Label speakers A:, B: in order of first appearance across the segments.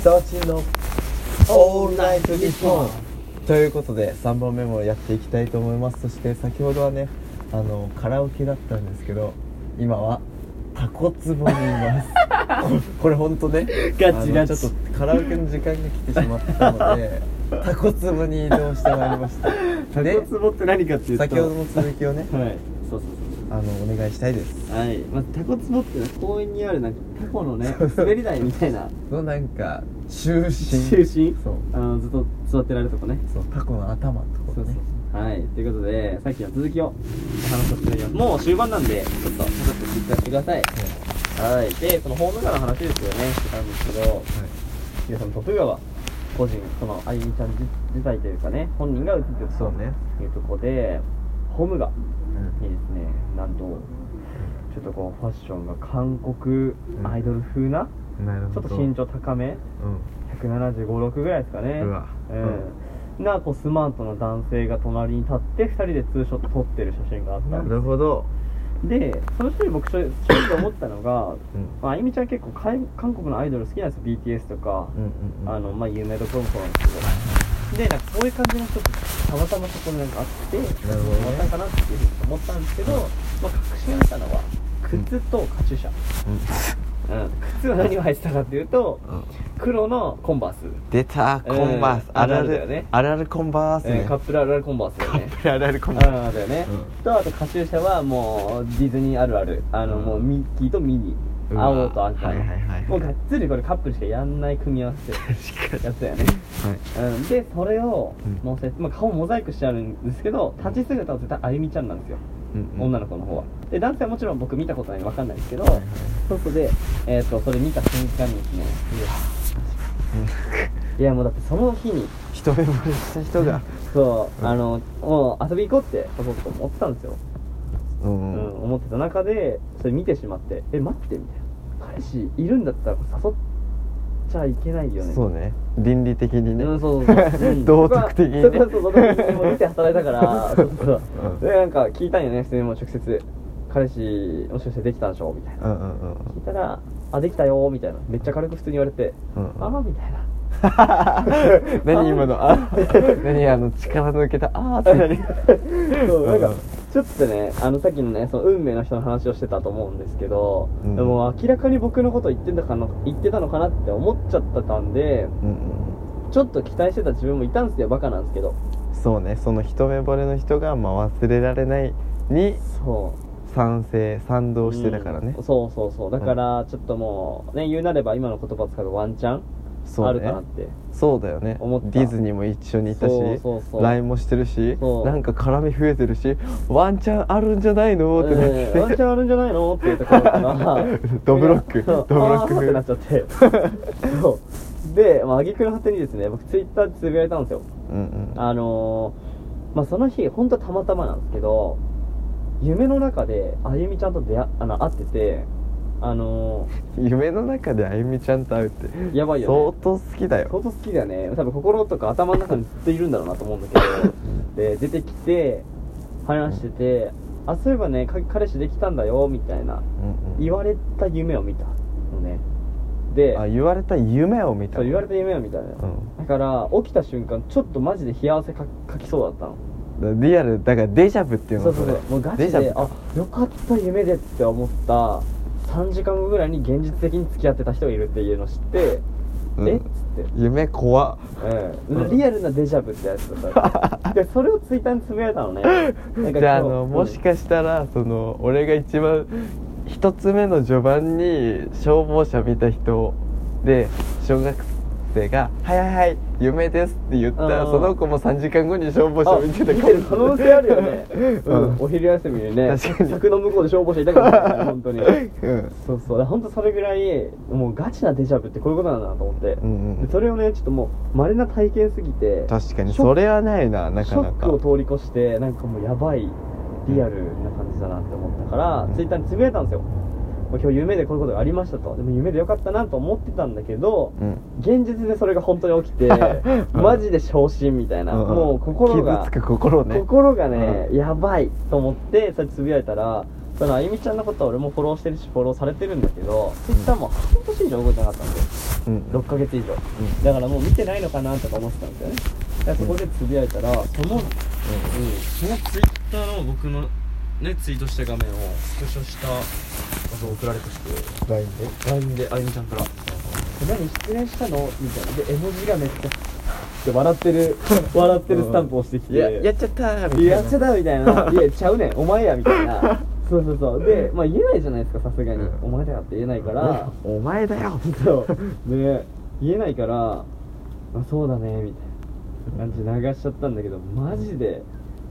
A: 北落ちのオールナイトニッポンということで3本目もやっていきたいと思いますそして先ほどはねあのカラオケだったんですけど今はタコツボにいます これこれ本当ね
B: ガチガチ
A: あのちょっとカラオケの時間が来てしまったの でタコツボに移動してまいりました
B: タ
A: で
B: コツボって何かっていうと
A: 先ほどの続きをね
B: はいそうそうそ
A: あのお願いしたいです
B: うはい、まあ、タコツボってのは公園にあるなんかタコのね滑り台みたいな
A: のなんか中心
B: 中心
A: そう
B: あのずっと座ってられるとこね
A: そうタコの頭のとこ
B: そ
A: ろ
B: うそう
A: ね
B: そうはいということでさっきの続きをお話しさせていただきますもう終盤なんでちょっと高く聞かせてくださいはいでそのホームランの話ですよねしてたんですけど
A: はい
B: 皆さん徳川個人そのあゆみちゃん自自体というかね本人が映ってた
A: そうね
B: というとこでホームが
A: うん
B: にですねなんとちょっとこうファッションが韓国アイドル風な、
A: なる
B: ち
A: ほ
B: ょっ
A: ど
B: と身長高め1 7 5 6ぐらいですかね
A: うわ
B: うんなこうスマートな男性が隣に立って2人でツーショット撮ってる写真があっ
A: うん
B: た
A: なん
B: で
A: るほど
B: すでその人に僕ちょちょっと思ったのが、
A: うん
B: まああゆみちゃん結構かい韓国のアイドル好きなんですよ BTS とか、
A: うんうんうん
B: あのまあ有名どころもそうなんですけどでなんかそういう感じの人ってたまたまそこになんかあって
A: なるほどね
B: 思ったかなっていうふうに思ったんですけど、まあ、確信したのは靴とカチューシャ、うん、靴は何を履いてたかっていうと
A: うん
B: 黒のコンバース、
A: 出た
B: うん
A: コンバースあるあ
B: あるあるだよね
A: るあるあるコンバース
B: うん
A: ね
B: カップルあるあるコンバースだよね
A: あるあるコンバー
B: あるだよね、
A: う
B: とあとカチューシャはもうディズニーあるあるあの、
A: うん
B: もうミッキーとミニー
A: うわ
B: 青と赤の、
A: はいはいはい
B: もうがっつりこれカップルしかやんない組み合わせ
A: ス確か
B: やつだよね
A: にはい
B: うん、でそれを
A: うん
B: 乗せて、まあ、顔モザイクしてあるんですけど立ち姿は絶対あゆみちゃんなんですよ、女の子の方はで男性はもちろん僕見たことないんで分かんないですけど、
A: はいはい
B: そうそうで、えー、とそれ見た瞬間にですねいやもうだってその日に
A: 一目惚れした人が
B: そう、
A: うん
B: あのもう遊び行こうって誘って思ってたんですよ、
A: う
B: うん
A: んうん
B: 思ってた中でそれ見てしまってえ待ってみたいな彼氏いるんだったら誘っちゃいけないよね
A: そうね倫理的にね
B: うん、そ うそうそう、うん
A: 道徳的にね
B: そこはそこはそう道徳的にも見て働いたから そうそう
A: うん
B: でなんか聞いたんよね普通にもう直接彼氏もしかしてできたんでしょみたいな
A: うんうんうん
B: 聞いたら「あできたよ」みたいなめっちゃ軽く普通に言われて
A: う
B: 「
A: ん
B: ああ」みたいな
A: 何今のあ 何あの力抜けたあー って
B: そうなん
A: う
B: か
A: ん
B: ちょっとねあのさっきのねその運命の人の話をしてたと思うんですけど、
A: うん
B: でも明らかに僕のこと言ってたかな言ってたのかなって思っちゃってたんで
A: うん
B: ちょっと期待してた自分もいたんですよバカなんですけど
A: うんそうねその一目惚れの人がまあ忘れられないに
B: そう
A: 賛成賛同してだからね
B: うんそうそうそうだからちょっともうね言うなれば今の言葉使うとワンチャン
A: そ
B: あ
A: う
B: るか
A: ね
B: なって
A: そうだよね
B: 思った
A: ディズニーも一緒にいたし
B: そうそうそう
A: LINE もしてるし
B: そう
A: なんか絡み増えてるしワンチャンあるんじゃないのってなって
B: うんワンチャンあるんじゃないのっていうところから
A: ドブロッ ク
B: みんなそう
A: ドブロッ
B: あ
A: ク
B: ーってなっちゃって そうでまあ挙句の果てにですね僕ツイッターでつぶやいたんですよ
A: うんうん
B: あのーまあその日本当たまたまなんですけど夢の中であゆみちゃんと出会あの会っててあの
A: 夢の中であゆみちゃんと会うって
B: ーやばいよね
A: 相当好きだよ
B: 相当好きだよね多分心とか頭の中にずっといるんだろうなと思うんだ けどで出てきて話してて「あそういえばねか彼氏できたんだよ」みたいな
A: うんうん
B: 言われた夢を見たのねで
A: あ言われた夢を見た
B: そう言われた夢を見たのよ、
A: う
B: だから起きた瞬間ちょっとマジで冷や汗かかきそうだったの
A: んリアルだからデジャブっていうの
B: そうそうそう
A: れ
B: もうガ
A: デ
B: チ
A: ジャ
B: で
A: ブ
B: あよかった夢でって思った3時間後ぐらいに現実的に付き合ってた人がいるっていうのを知って、
A: うん
B: えっつって
A: 夢怖っ
B: うん、リアルなデジャブってやつだ ったでそれをツイッターにつぶやいたのねなんか
A: じゃああ
B: 今日
A: の
B: うん
A: もしかしたらその俺が一番一つ目の序盤に消防車見た人で小学生が「はいはいはい夢です」って言ったら
B: うん
A: その子も3時間後に消防
B: あ
A: 車見
B: 見
A: て
B: て
A: た
B: る
A: かもしれない
B: 可能性あるよね、うん
A: うん
B: お昼休みにね
A: 確かに
B: 柵の向こうで消防車いたからね 本当に
A: うん
B: そうそうだから本当それぐらいもうガチなデジャブってこういうことなんだなと思って、
A: うんうん
B: でそれをねちょっともう稀な体験すぎて
A: 確かに
B: ショッ
A: それはないなな
B: シ
A: か
B: ョ
A: な
B: ッ
A: か
B: クを通り越してなんかもうやばいリアルな感じだなって思ったから、ツイッターにつぶやいたんですよもう今日夢でこういうことがありましたとでも夢でよかったなと思ってたんだけど、
A: うん
B: 現実でそれが本当に起 きてマジで昇進みたいな、
A: うん
B: もう心が
A: 傷つく心ね
B: 心がね、
A: う
B: やばいと思ってそれつぶやいたらそのあゆみちゃんのことは俺もフォローしてるしフォローされてるんだけど Twitter も半年以上動いてなかったんで
A: うん
B: 6ヶ月以上だからもう見てないのかなとか思ってたんですよねだからそこでつぶやいたらその、うん、その Twitter の僕のねツイートした画面をスクショした画像送られてきて
A: LINE で
B: LINE であゆみちゃんから「何失恋したの?」みたいなで絵文字がめっちゃで笑ってる笑ってるスタンプ押してきて「
A: いややっちゃったーみたいな
B: いややっちゃだ」みたいな「いやちゃうねんお前や」みたいなそうそうそうでまあ言えないじゃないですかさすがに、
A: うん
B: お前だよ」って言えないから
A: お前だよ
B: そうで言えないから「あそうだね」みたいな感じで流しちゃったんだけどマジで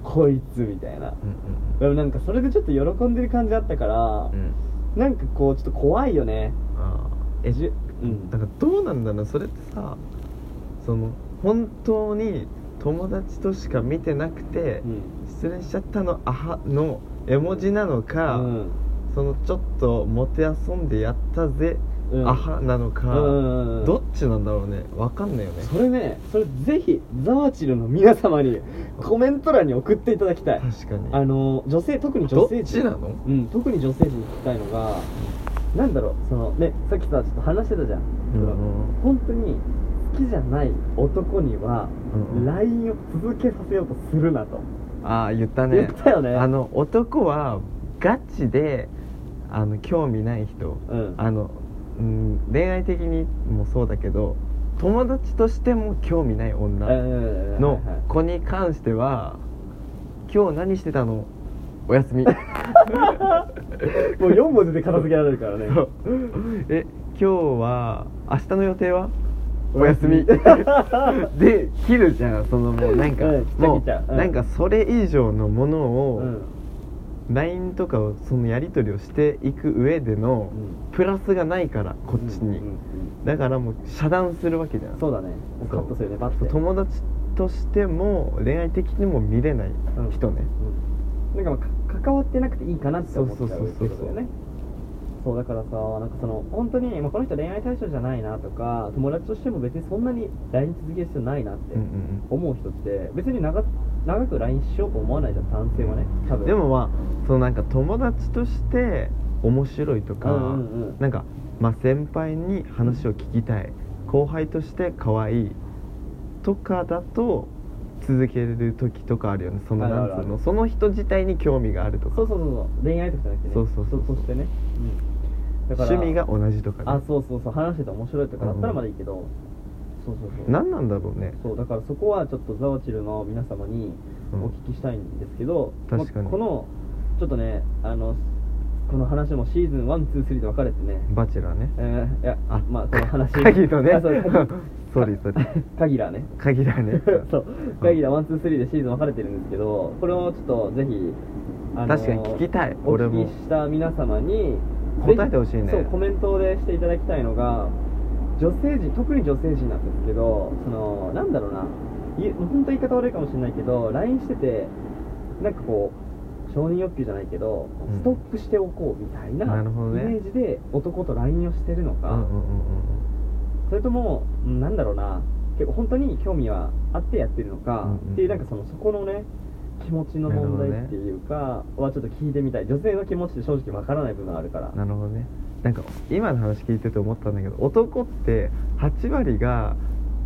B: こいつみたいな、
A: うん
B: でもなんかそれでちょっと喜んでる感じあったから、
A: うんうん
B: なんかこうちょっと怖いよね
A: あーえ
B: じゅう
A: うん
B: ん
A: だからどうなんだろうそれってさその本当に友達としか見てなくて、
B: うん
A: 失恋しちゃったのあはの絵文字なのか、
B: うん
A: そのちょっともてあそんでやったぜ、
B: うん
A: あはなのか、
B: うん
A: どっちなんだろうねわかんないよね
B: それねそれぜひザワチルの皆様にコメント欄に送っていただきたい
A: 確かに
B: あの女性特に
A: ど
B: 女
A: っ
B: 性
A: ち
B: 陣
A: なの
B: うん特に女性陣に聞きたいのがなんだろうそのねさっきさちょっと話してたじゃん、
A: うん
B: 本当に好きじゃない男には
A: うん
B: LINE を続けさせようとするなと、
A: ああ言った
B: 言
A: ね
B: ったよね
A: あの男はガチであの興味ない人
B: うん
A: あの、うん、恋愛的にもそうだけど友達としても興味ない女、の子に関しては「今日何してたのおやす み」
B: もう4文字で片付けられるからね
A: そうえ今日は明日の予定は おやす み で切るじゃんそのもうなんか、
B: うん
A: も
B: 切っちゃううん
A: なんかそれ以上のもの
B: う
A: を、
B: ん
A: LINE とかをそのやり取りをしていく上での
B: う
A: プラスがないからこっちに、
B: うんうんうん
A: だからもう遮断するわけじゃん
B: そうだねもうカットするねバッ
A: そう
B: て
A: 友達としても恋愛的にも見れない人ね、
B: うん、なんかまあか関わってなくていいかなって思っちゃうって
A: そうそうそうそう
B: ことだよねそうだからさなんかその本当に、まあ、この人恋愛対象じゃないなとか友達としても別にそんなに LINE 続ける必要ないなって
A: うんうん
B: 思う人って別に長長く LINE しようと思わないじゃん男性はね多分
A: でもまあそのなんか友達として面白いとか、
B: うんうんうん
A: なんかまあ先輩に話を聞きたい後輩として可愛いとかだと続ける時とかあるよねその
B: ある
A: な
B: あ
A: ん
B: る
A: つうのその人自体に興味があるとか
B: そうそうそうそう恋愛とかじゃなくてね
A: そうそうそう
B: 人としてね、うん、だから
A: 趣味が同じとか
B: あ
A: ね
B: そうそうそう話してて面白いとかだったらまだいいけど、そうそうそう
A: 何なんだろうね
B: そうだからそこはちょっとザワチルの皆様に
A: うん
B: お聞きしたいんですけど、
A: 確かに
B: まこのちょっとねあのこの話もシーズン123で分かれてね
A: バチェラーね
B: えーいや
A: あ
B: まあその話
A: 鍵とね
B: あそう
A: Sorry, sorry
B: 鍵らね
A: 限らね
B: そう鍵ら123でシーズン分かれてるんですけどこれをちょっとぜひあの
A: 確かに聞きたい
B: お
A: 俺も
B: 聞きした皆様に
A: 答えてほしいね
B: ぜひそうコメントでしていただきたいのが女性陣特に女性陣なんですけどそのなんだろうな本当言い方悪いかもしれないけど LINE しててなんかこう承認欲求じゃないけど、
A: うん
B: ストックしておこうみたいな
A: なるほどね
B: イメージで男と LINE をしてるの
A: う
B: か、
A: んうんうん
B: それとも、うんなんだろうな結構本当に興味はあってやってるのか、
A: うんうん
B: っていうなんかそのそこのね気持ちの問
A: なるほどね
B: 題っていうか、はちょっと聞いてみたい女性の気持ちって正直わからない部分あるから
A: うんなるほどねなんか今の話聞いてて思ったんだけど男って8割が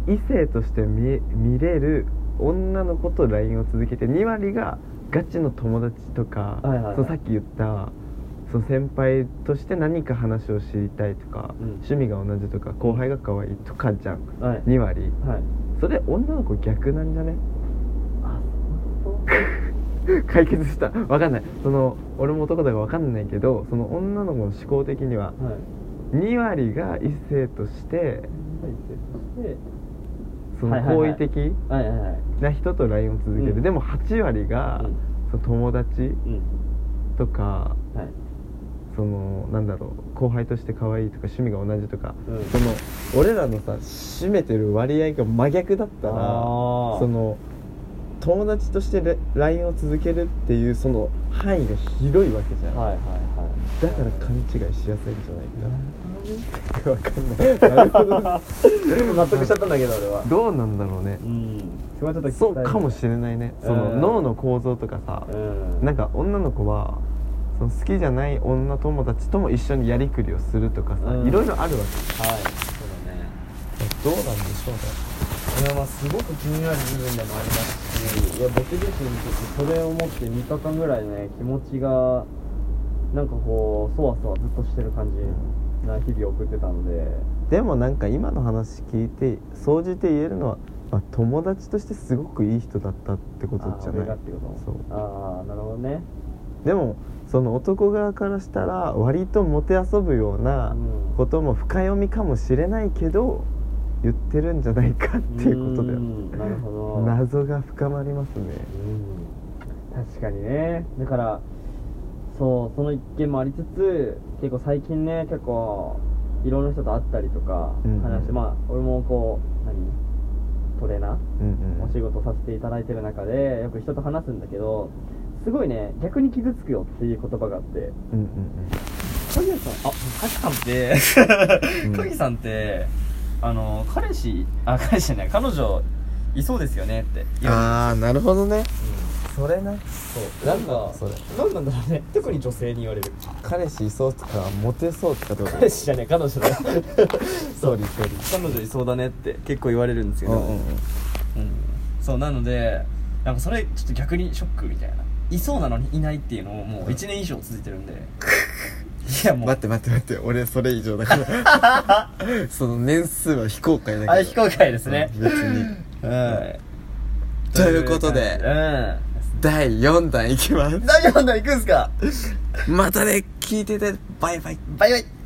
A: 異性として見え見れる女の子と LINE を続けて2割がガチの友達とか、
B: はいはいはい
A: そのさっき言ったその先輩として何か話を知りたいとか、
B: うん
A: 趣味が同じとか後輩が可愛いとかじゃん
B: はい
A: 2割
B: はい
A: それ女の子逆なんじゃね
B: あ本
A: 解決したわかんないその俺も男だからわかんないけどその女の子の思考的には
B: 当はい
A: 2割が異性として
B: そして
A: その
B: はいはい
A: 好
B: はい
A: 意的
B: はいはいはい
A: な人と LINE を続ける、
B: うん
A: でも8割が、
B: うん
A: その友達
B: うん
A: とか
B: はい
A: そのなんだろう後輩として可愛いとか趣味が同じとか、
B: うん
A: その俺らのさ占めてる割合が真逆だったら
B: あー
A: その友達としてレ LINE を続けるっていうその範囲が広いわけじゃん、
B: はいはいはい
A: だから勘違いしやすいんじゃないかな
B: ち
A: わかんない。 なるほどね。
B: ょっと納得しちゃったんだけど俺は
A: どうなんだろうね
B: う。んそれはちょっと
A: そうかもし
B: れ
A: れないね。そ
B: え
A: の
B: ー
A: 脳の構造とかさ、
B: うん
A: なんか女の子はその好きじゃない女友達とも一緒にやりくりをするとかさ、
B: うん
A: いろいろあるわ
B: はいそうだね
A: けどうなんでしょうね
C: れはすごく気になる部分でもありますし
B: いや僕自身ちょっとそれを持って3日間ぐらいね気持ちがなんかこうそわそわずっとしてる感じな日々を送ってたので
A: でもなんか今の話聞いて総じて言えるのは、まあ、友達としてすごくいい人だったってことじゃ
B: あ俺
A: な
B: が
A: い
B: ってこと
A: そう
B: ああなるほどね
A: でもその男側からしたら割ともてあそぶような
B: うん
A: ことも深読みかもしれないけど言ってるんじゃないか っていうことだよ
B: うんなるほど
A: 謎が深まりますね
B: うん確かにねだからそうその一件もありつつ結構最近ね結構いろんな人と会ったりとか
A: うん
B: 話して、まあ俺もこう何トレーナー
A: うん
B: お仕事させていただいてる中でよく人と話すんだけどすごいね逆に傷つくよっていう言葉があって
A: うんうん
B: 萩谷さんあ
C: カキさんって
A: うん
C: カキさんってあの彼氏あ彼氏じゃない彼女いそうですよねって
A: うんああなるほどねそれな
C: そうなんか
A: それ
C: なんなんだろうね特に女性に言われる
A: 彼氏いそうとかモテそうとかどう
C: 彼氏じゃねえ彼女 だよ
A: ソーリーソーリー
C: 彼女いそうだねって結構言われるんですけ
A: う
C: ど、
A: んうんうん
C: うんそうなのでなんかそれちょっと逆にショックみたいないそうなのにいないっていうのをもう1年以上続いてるんで いやもう
A: 待って待って待って俺それ以上だから その年数は非公開だけど
C: あ非公開ですね
A: うん別 に
C: うん
A: ということで
C: うん
A: 第4弾いきます
C: 何本題いくんすか
A: またね聞いててバイバイ
C: バイバイ